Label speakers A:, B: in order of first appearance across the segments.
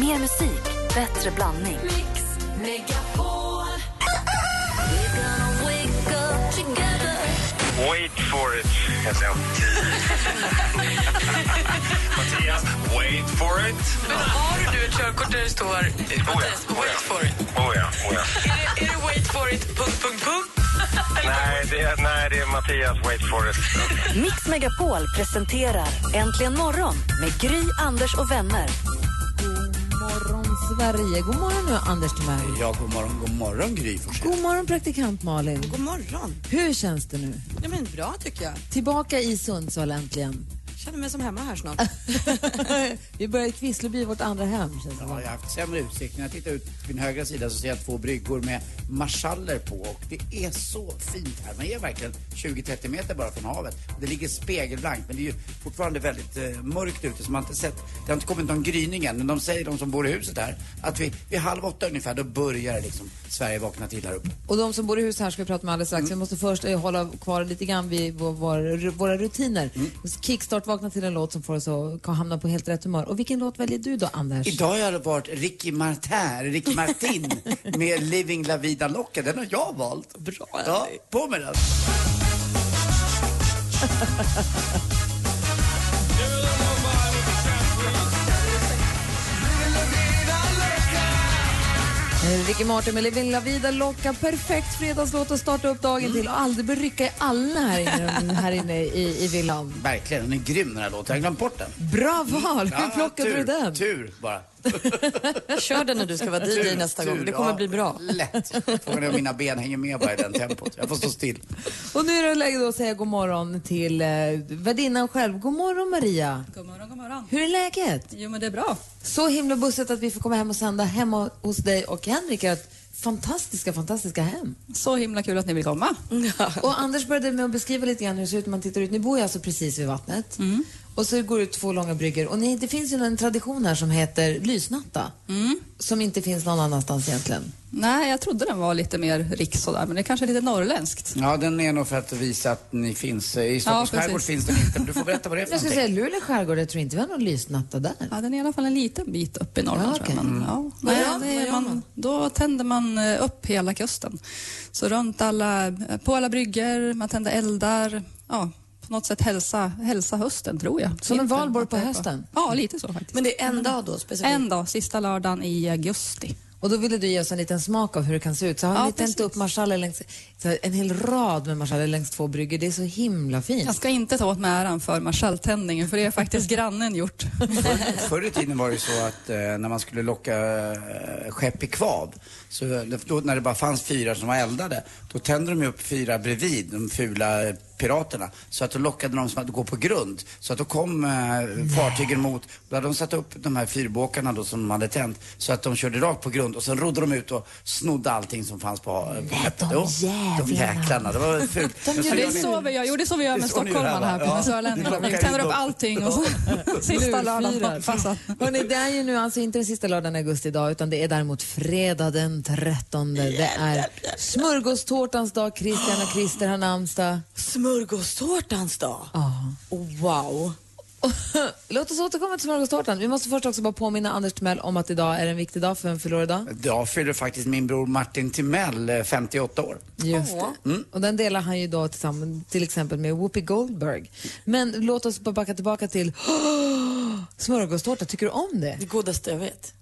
A: Mer musik, bättre blandning.
B: Mix Megapol.
C: Wait for it, heter jag. Mattias, wait for it.
D: Men har du ett körkort där det står
C: Oh ja,
D: Mattias,
C: oh
D: wait
C: ja.
D: for it?
C: Oh ja, oh ja.
D: Är det, är det wait for it, punkt, punkt, punkt?
C: Nej, det är, nej, det är Mattias, wait for it.
A: Mix Megapol presenterar Äntligen morgon med Gry, Anders och vänner.
E: God morgon, Sverige. God morgon nu, Anders Timell.
F: Ja, god morgon, god morgon Gry Forssell.
E: God morgon, praktikant Malin.
G: God morgon.
E: Hur känns det nu?
G: Ja, men bra tycker jag.
E: Tillbaka i Sundsvall äntligen.
G: Känner mig som hemma här snart.
E: Vi börjar i Kvissleby, vårt andra hem. Känns det.
F: Ja, jag har haft sämre utsikt. När jag tittar ut på min högra sida så ser jag två bryggor med marschaller på och det är så fint här. Man är verkligen 20-30 meter bara från havet. Och Det ligger spegelblankt men det är ju fortfarande väldigt eh, mörkt ute så man har inte sett, det har inte kommit någon gryning än men de säger, de som bor i huset här, att vi, vid halv åtta ungefär då börjar liksom Sverige vakna till här uppe.
E: Och de som bor i hus här ska vi prata med alldeles strax. Vi måste först eh, hålla kvar lite grann vid vår, vår, våra rutiner. Kickstart vaknar till en låt som får oss att hamna på helt rätt humör. Och vilken låt väljer du då, Anders?
F: Idag har jag varit Ricky Martin, Ricky Martin med Living La Vida Loca. Den har jag valt. Bra, Ja, på med den.
E: Eh, Ricky Martin med Livin La Vida Loca. Perfekt fredagslåt att starta upp dagen till. Och aldrig bör rycka i alla här inne, här inne i, i villan.
F: Verkligen, den är grym den här låten. Jag har glömt bort den.
E: Bra val! Hur
F: Ja,
E: plockade
F: tur,
E: du den?
F: Tur bara.
G: Kör den när du ska vara DJ nästa
F: tur,
G: gång. Det kommer
F: ja,
G: bli bra.
F: Lätt. Frågan är om mina ben hänger med bara i den tempot. Jag får stå still.
E: Och nu är det läge då att säga god morgon till eh, värdinnan själv. God morgon Maria!
H: God morgon, god morgon.
E: Hur är läget?
H: Jo, men det är bra.
E: Så himla bussigt att vi får komma hem och sända hemma hos dig och Henrik. Ert fantastiska, fantastiska hem.
H: Så himla kul att ni vill komma.
E: Och Anders började med att beskriva lite grann hur det ser ut när man tittar ut. Ni bor ju alltså precis vid vattnet.
G: Mm.
E: Och så går det ut två långa bryggor. Och ni, det finns ju en tradition här som heter lysnatta.
G: Mm.
E: Som inte finns någon annanstans egentligen.
H: Nej, jag trodde den var lite mer riks sådär, men det kanske är lite norrländskt.
F: Ja, den är nog för att visa att ni finns. I Stockholms
H: Ja, precis.
F: skärgård finns den inte. Men du får berätta vad det är för
E: Jag skulle
F: någonting.
E: säga Luleå skärgård, jag tror inte vi har någon lysnatta där.
H: Ja, den är i alla fall en liten bit upp i Norrland.
E: Ja,
H: tror jag,
E: okej.
H: men, ja.
G: Vad
H: Nej,
G: gör-
H: det är
G: vad gör man?
H: Då tänder man eh, upp hela kusten. Så runt alla, eh, på alla bryggor, man tänder eldar. Ja, på något sätt hälsa, hälsa hösten, tror jag.
E: Som en
H: Vintern,
E: valborg
H: att
E: på
H: det är
E: hösten?
H: Ja, lite så faktiskt.
G: Men det är en dag då specifikt.
H: En dag, sista lördagen i augusti.
E: Och då ville du ge oss en liten smak av hur det kan se ut. Så har
H: Ja,
E: ni tänt
H: precis.
E: upp marschaller längs, så här, en hel rad med marschaller längs två bryggor. Det är så himla fint.
H: Jag ska inte ta åt mig äran för marschalltändningen, för det har faktiskt grannen gjort.
F: Förr i tiden var det ju så att eh, när man skulle locka eh, skepp i kvav, så, då, när det bara fanns fyra som var eldade, då tände de ju upp fyra bredvid, de fula eh, piraterna. Så att då lockade de som att gå på grund. Så att då kom eh, fartygen mot, då hade de satt upp de här fyrbåkarna då som de hade tänt, så att de körde rakt på grund och sen rodde de ut och snodde allting som fanns på havet.
E: de
F: De
E: jävlarna.
F: jäklarna, det var fult. Alltså, Men så
H: Ja, det är
F: gör ni-
H: så vi gör. Jo, det är så vi gör
F: Det är
H: med
F: så ni gör
H: stockholmarna
F: här,
H: här,
F: va?
H: på
F: Ja.
H: Söderlänningarna.
F: Ni
H: Vi tänder upp
F: plockar
H: allting och så sista lördagen på passan.
E: Hörrni, det är ju nu alltså inte den sista lördagen i augusti idag utan det är däremot fredag den 13. Det är smörgåstårtans dag. Christian och Christer har namnsdag.
G: Smörgåstårtans dag. Wow.
E: Låt oss återkomma till smörgåstårtan. Vi måste först också bara påminna Anders Timell om att idag är en viktig dag. För vem fyller år idag?
F: Idag fyller faktiskt min bror Martin Timell eh, 58 år.
E: Just det. Mm. Och den delar han ju då tillsammans till exempel med Whoopi Goldberg. Men låt oss bara backa tillbaka till smörgåstårta. Tycker du om det?
G: Det godaste jag vet.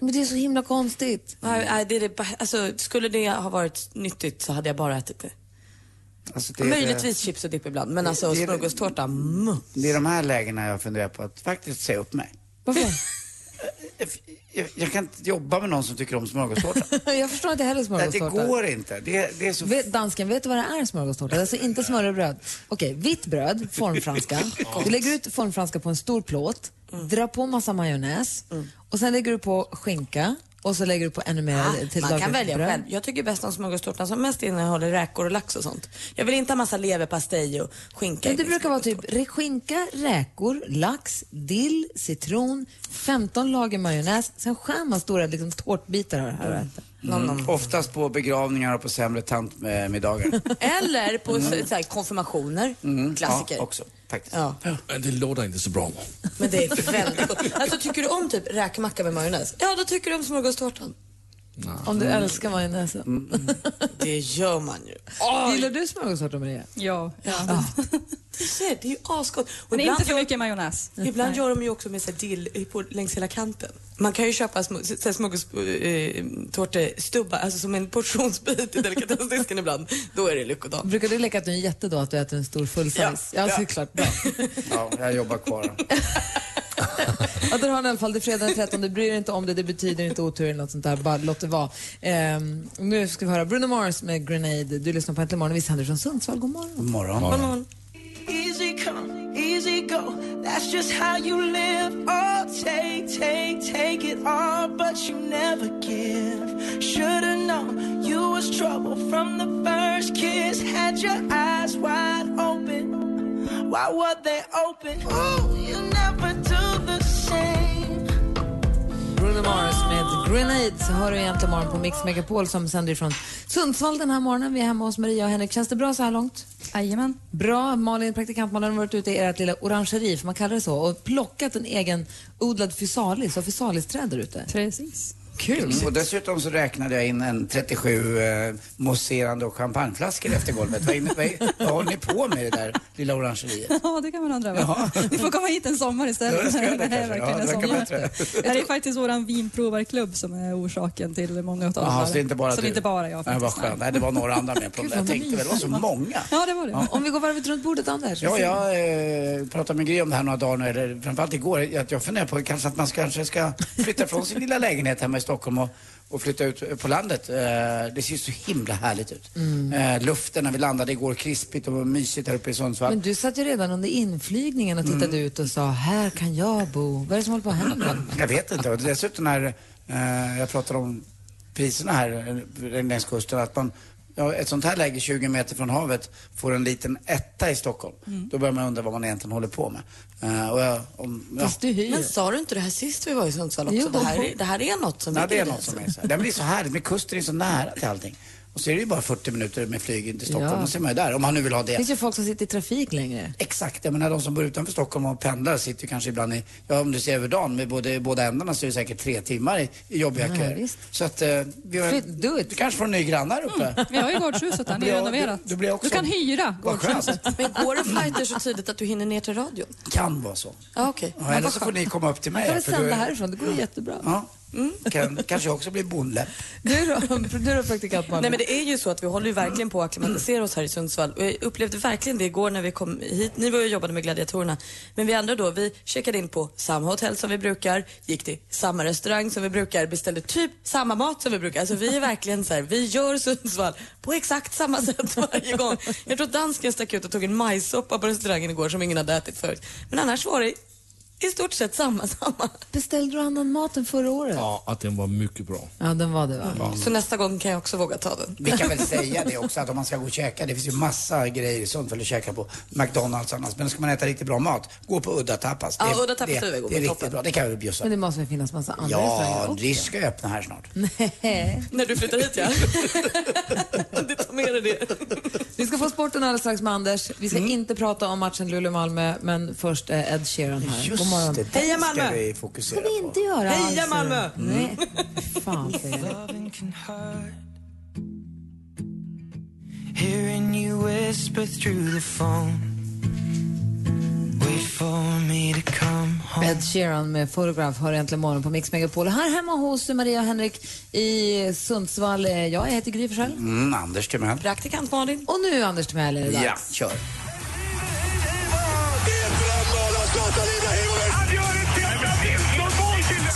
E: Men det är så himla konstigt.
G: Nej, nej, det är det, ba- alltså, skulle det ha varit nyttigt så hade jag bara ätit det.
F: Alltså, det är-
G: Möjligtvis chips och dipp ibland, men alltså
F: det är-
G: smörgåstårta, mm.
F: Det är de här lägena jag funderar på att faktiskt säga upp mig.
E: Varför?
F: Jag, jag kan inte jobba med någon som tycker om smörgåstårta.
E: Jag förstår inte heller
F: Nej, det
E: smörgåstårta.
F: går inte. Det, det är så...
E: Vet, dansken, vet du vad det är smörgåstårta? Det är Alltså inte smörrebröd. Okej, vitt bröd, formfranska. Du lägger ut formfranska på en stor plåt, drar på massa majonnäs och sen lägger du på skinka och så lägger du på ännu mer till
G: Man kan
E: lagat
G: välja
E: bröd.
G: själv. Jag tycker bäst om smörgåstårtan som mest innehåller räkor och lax och sånt. Jag vill inte ha massa leverpastej och skinka.
E: Men
G: i liksom.
E: det
G: min
E: brukar vara
G: smörgåstårta.
E: typ re- skinka, räkor, lax, dill, citron, 15 lager majonnäs, sen skär man stora liksom, tårtbitar av det här och äter.
F: Mm. Oftast på begravningar och på sämre tantmiddagar.
G: Eller på så, så här, konfirmationer. Klassiker.
F: Mm. Ja, också faktiskt.
G: Ja.
I: Men det låter inte så bra.
G: Men det är väldigt gott. Alltså tycker du om typ räkmacka med majonnäs? Ja, då tycker du om smörgåstårtan.
E: Om du älskar majonnäsen.
G: Det gör man ju.
E: Mm. Gillar du smörgåstårta, Maria?
H: Ja.
G: Du ser, det är ju asgott. Och
H: Men
G: ibland,
H: inte för mycket majonnäs.
G: ibland gör de ju också med så här dill på, längs hela kanten. Man kan ju köpa smörgåstårtestubbar, eh, alltså som en portionsbit i delikatessdisken ibland. Då är det lyckodag.
E: Brukar du leka att du är en jätte då, att du äter en stor full size?
G: Ja.
E: ja så är det klart. Bra.
F: Ja, jag jobbar kvar.
E: Ja, där har ni i alla fall. Det är fredag den 13. Du bryr dig inte om det. Det betyder inte otur eller något sånt där. Bara låt det vara. Ehm, nu ska vi höra Bruno Mars med Grenade. Du lyssnar på Äntligen morgon. Vi sänder från Sundsvall. God morgon.
F: God morgon.
B: Easy come, easy go. That's just how you live. Oh, take, take, take it all, but you never give. Should've known you was trouble from the first kiss. Had your eyes wide open. Why were they open? Oh, you never do the same.
E: Bruno Mars med Grenade. Så hör du egentligen morgon på Mix Megapol som sänder från Sundsvall den här morgonen. Vi är hemma hos Maria och Henrik. Känns det bra så här långt?
H: Jajamän.
E: Bra. Malin, praktikantmannen, har varit ute i ert lilla orangeri, får man kalla det så, och plockat en egen odlad fysalis och fysalisträd där ute.
H: Precis.
E: Kul!
F: Mm, Och dessutom så räknade jag in en 37 eh, mousserande och champagneflaskor efter golvet. Vad, inne, vad, är- vad håller ni på med i det där lilla orangeriet?
H: Ja, det kan man undra. va? Ni får komma hit en sommar
F: Ja, det
H: istället.
F: ska jag
H: det här
F: kanske.
H: är verkligen
F: Ja,
H: en
F: det verkar
H: sommar.
F: bättre.
H: Det här är faktiskt vår vinprovarklubb som är orsaken till många av
F: Jaha, så det är inte bara
H: Så alltså, det är inte bara jag.
F: Nej, vad
H: faktiskt, nej.
F: skönt. Nej, det var några andra med på det. där. Jag tänkte väl, det var så många.
H: Ja, det var det.
E: Om vi går varvet runt bordet, Anders.
F: Ja, jag eh, pratade med Gry om det här några dagar nu, eller framförallt igår, att jag funderar på kanske att man ska- kanske ska flytta från sin lilla lägenhet hemma i Stockholm och, och flytta ut på landet. Eh, det ser ju så himla härligt ut. Eh, luften när vi landade igår, krispigt och mysigt här uppe i Sundsvall.
E: Men du satt ju redan under inflygningen och tittade ut och sa, här kan jag bo. Vad är det som håller på att hända?
F: Jag vet inte. Och dessutom när eh, jag pratade om priserna här eh, längs kusten, att man Ja, ett sånt här läge 20 meter från havet får en liten etta i Stockholm. Då börjar man undra vad man egentligen håller på med. Eh, och jag, om, ja.
E: Fast du hyr.
G: Men sa du inte det här sist vi var i Sundsvall också?
E: Jo.
G: Det, här, är- det här är något som
F: Ja, det är
G: i
F: något som är så här. Nej, men det är så härligt, med kusten är så nära till allting. Och så är det ju bara 40 minuter med flyg in till Stockholm,
E: Ja.
F: och så är man ju där, om man nu vill ha
E: Det
F: det.
E: finns ju folk som sitter i trafik längre.
F: Exakt, jag menar de som bor utanför Stockholm och pendlar sitter ju kanske ibland i, ja om du ser över dagen med både, båda ändarna så är det säkert tre timmar i, i jobbiga
E: Ja,
F: köer.
E: visst.
F: Så att eh, vi har,
E: Flytt, do it. Mm.
F: du kanske får en ny granne här uppe.
H: Vi har ju gårdshuset här,
F: Då blir jag-
H: nyrenoverat.
F: då- då blir jag också-
H: Du kan hyra
F: Vad skönt.
H: gårdshuset.
G: Men går det flighter så tidigt att du hinner ner till radion?
F: Kan vara så.
G: Ja, okej.
F: Ja, eller så får ni komma upp till
E: Jag kan
F: mig.
E: väl
F: för då
E: sända
F: är-
E: härifrån, det går ju jättebra.
F: Ja, mm. kan, kanske jag också blir bonde.
E: Du då, du då praktikant
G: Nej
E: Malin?
G: men det är ju så att vi håller ju verkligen på att acklimatisera oss här i Sundsvall. Och jag upplevde verkligen det igår när vi kom hit. Ni var ju och jobbade med gladiatorerna. Men vi andra då, vi checkade in på samma hotell som vi brukar, gick till samma restaurang som vi brukar, beställde typ samma mat som vi brukar. Alltså vi är verkligen så här, vi gör Sundsvall på exakt samma sätt varje gång. Jag tror att dansken stack ut och tog en majssoppa på restaurangen igår som ingen hade ätit förut. Men annars var det i stort sett samma, samma.
E: Beställde du annan mat än förra året?
I: Ja, att den var mycket bra.
E: Ja, den var det va?
G: Så nästa gång kan jag också våga ta den.
F: Vi kan väl säga det också att om man ska gå och käka, det finns ju massa grejer i Sundsvall att käka på. McDonalds och annat. Men ska man äta riktigt bra mat, gå på Udda Tapas.
G: Ja, Udda Tapas
F: det,
G: är god,
F: det
G: toppen.
F: är riktigt bra. Det kan vi bjussa
E: Men det måste väl finnas massa andra restauranger
F: Ja,
E: också?
F: Rish ska öppna här snart.
E: Nej.
G: När du flyttar hit ja. du tar med dig det.
E: Vi ska få sporten alldeles strax med Anders. Vi ska inte prata om matchen Luleå-Malmö, men först eh, Ed Sheeran här. God morgon.
F: Just det,
G: Heja
F: den ska
G: Malmö!
F: vi fokusera
E: Det
F: på.
E: inte göra
G: Heja
E: alls.
G: Malmö!
E: Nej, fan för er.
B: Loving can hurt. Hearing you whisper through the phone. Wait for me to come home.
E: Ed Sheeran med Photograph hör äntligen morgon på Mix Megapol. Här hemma hos Maria och Henrik i Sundsvall. eh, Jag heter Gry Forssell.
F: Mm, Anders Timell.
G: Praktikant Malin.
E: Och nu Anders Timell är det
F: Ja,
E: dags.
F: kör.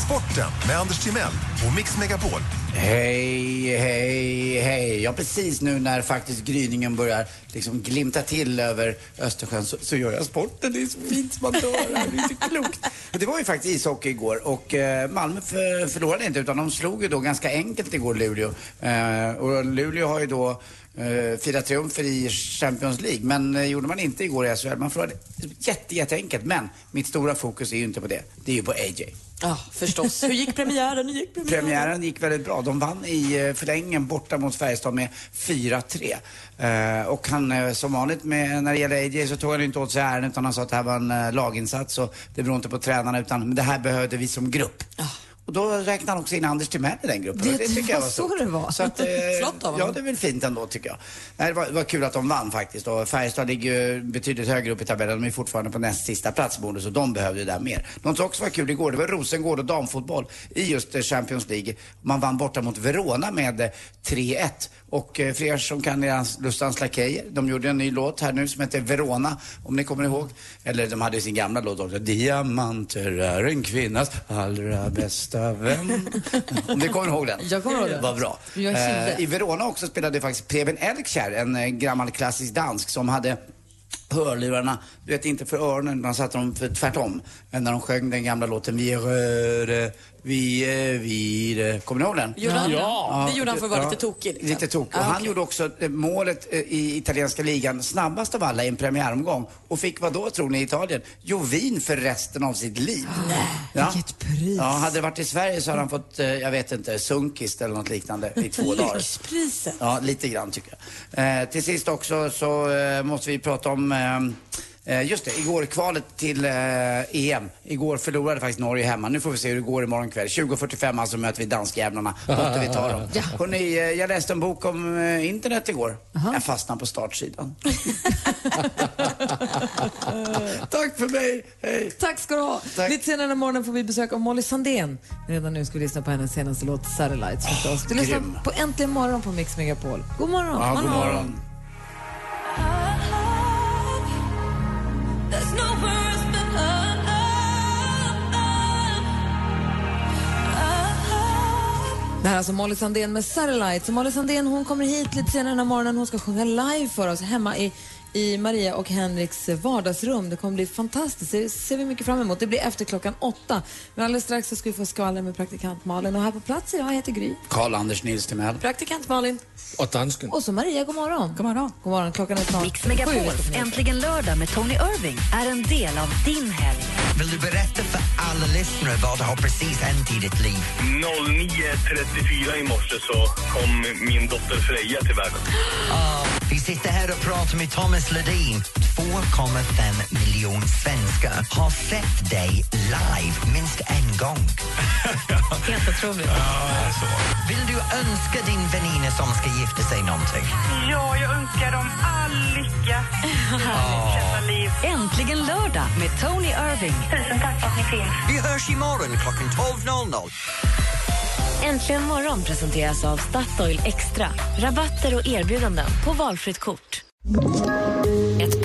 J: Sporten med Anders Timell och Mix Megapol.
F: Hej, hej, hej. Ja, precis nu när faktiskt gryningen börjar liksom glimta till över Östersjön så, så gör jag sporten. Det är så fint som man dör. här. Det är så klokt. Det var ju faktiskt ishockey igår och eh, Malmö för, förlorade inte utan de slog ju då ganska enkelt igår Luleå. Eh, och Luleå har ju då eh, firat triumfer i Champions League. Men eh, gjorde man inte igår i SHL. Man förlorade jätte, jätteenkelt. Men mitt stora fokus är ju inte på det. Det är ju på AJ.
G: Ja, förstås. Hur gick premiären? Hur gick premiären?
F: Premiären gick väldigt bra. De vann i eh, förlängningen borta mot Färjestad med 4-3. Eh, och han, eh, som vanligt med, när det gäller AJ så tog han inte åt sig äran utan han sa att det här var en eh, laginsats och det beror inte på tränarna utan men det här behövde vi som grupp. Och då räknade han också in Anders Timell i den gruppen.
E: Ah. Det
F: och tycker jag
E: var så
F: stort.
E: det var.
F: Så att, eh,
G: Flott av honom.
F: Ja, det är väl fint ändå tycker jag. Nej, det, var, det var kul att de vann faktiskt. Och Färjestad ligger ju betydligt högre upp i tabellen. De är fortfarande på näst sista plats bonus så de behövde ju det där mer. Något som också var kul igår, det var Rosengård och damfotboll i just eh, Champions League. Man vann borta mot Verona med eh, 3-1. Och eh, för er som kan deras Lustans Lakejer, de gjorde en ny låt här nu som heter Verona, om ni kommer ihåg. Eller de hade ju sin gamla låt också. Diamanter är en kvinnas allra bästa vän. om ni kommer ihåg den.
E: Jag kommer ihåg den.
F: Vad bra.
E: Jag kände.
F: Eh, I Verona också spelade faktiskt Preben Elkjær, en eh, gammal klassisk dansk som hade hörlurarna, du vet inte för öronen, man satte dem för tvärtom. Men när de sjöng den gamla låten Vi är röde, vi är vide. Kommer ni ihåg den?
G: Gjorde han det?
F: Ja,
G: Det gjorde han för att vara lite tokig. Liksom.
F: Lite tokig.
G: Ah,
F: och han
G: okej.
F: gjorde också eh, målet eh, i italienska ligan snabbast av alla i en premiäromgång. Och fick vad då tror ni i Italien? Jo, vin för resten av sitt liv.
G: Ah,
F: Ja.
E: vilket pris.
F: Ja, hade det varit i Sverige så hade han fått, eh, jag vet inte, sunkist eller något liknande i två dagar.
G: Lyxpriset.
F: Ja, lite grann tycker jag. Eh, till sist också så eh, måste vi prata om eh, eh, Just det, igår kvalet till eh, EM. Igår förlorade faktiskt Norge hemma. Nu får vi se hur det går imorgon kväll. 20.45 alltså möter vi danskjävlarna. Måtte vi ta dem.
E: Ja.
F: Hörrni, eh, jag läste en bok om eh, internet igår. Jag fastnade på startsidan. Tack för mig, hej!
E: Tack ska du ha.
F: Tack.
E: Lite senare i morgon får vi besök av Molly Sandén. Men Redan nu ska vi lyssna på hennes senaste låt Satellites förstås. Du lyssnar
F: grym.
E: på Äntligen morgon på Mix Megapol. God morgon.
F: Ja, god morgon.
E: Det här är alltså Molly Sandén med Satellites. Och Molly Sandén hon kommer hit lite senare den här morgonen. Hon ska sjunga live för oss hemma i, i Maria och Henriks vardagsrum. Det kommer bli fantastiskt. Det ser vi mycket fram emot. Det blir efter klockan åtta. Men alldeles strax så ska vi få skvaller med praktikant Malin. Och här på plats idag heter Gry.
F: Karl-Anders Nils Timell.
G: Praktikant Malin.
I: Och dansken.
E: Och så Maria, god morgon.
H: God morgon.
E: God morgon. Klockan är snart
A: Mix Megapol,
E: vi ska få nyheter.
A: Äntligen lördag med Tony Irving är en del av din helg.
K: Vill du berätta för alla lyssnare vad det har precis hänt i ditt liv?
C: 09.34 i morse så kom min dotter Freja till världen.
K: Vi sitter här och pratar med Thomas Ledin. 2,5 miljoner svenskar har sett dig live minst en gång.
D: Helt otroligt.
K: Vill du önska din väninna som ska gifta sig någonting?
D: Ja, jag önskar dem all lycka.
A: Äntligen lördag med Tony Irving.
K: Vi hörs imorgon klockan 12.00.
A: Äntligen morgon presenteras av Statoil Extra. Rabatter och erbjudanden på valfritt kort. Ett